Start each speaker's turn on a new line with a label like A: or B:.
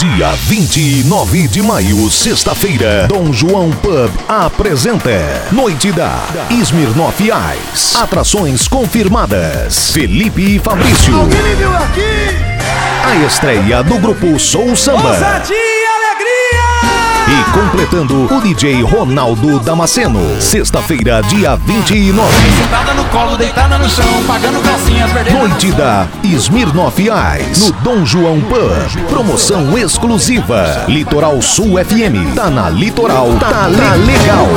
A: Dia 29 de maio, sexta-feira, Dom João Pub apresenta Noite da Smirnoff Ice. Atrações confirmadas. Felipe e Fabrício.
B: Alguém me viu aqui?
A: A estreia do grupo Soul Samba.
B: Ousadia e alegria!
A: E completando o DJ Ronaldo Damasceno. Sexta-feira, dia 29.
C: Sentada no colo, deitada no chão, pagando gracinhas, perdendo.
A: Noite da Smirnoff Ice no Dom João Pan. Promoção exclusiva. Litoral Sul FM. Tá na Litoral. Tá, tá legal.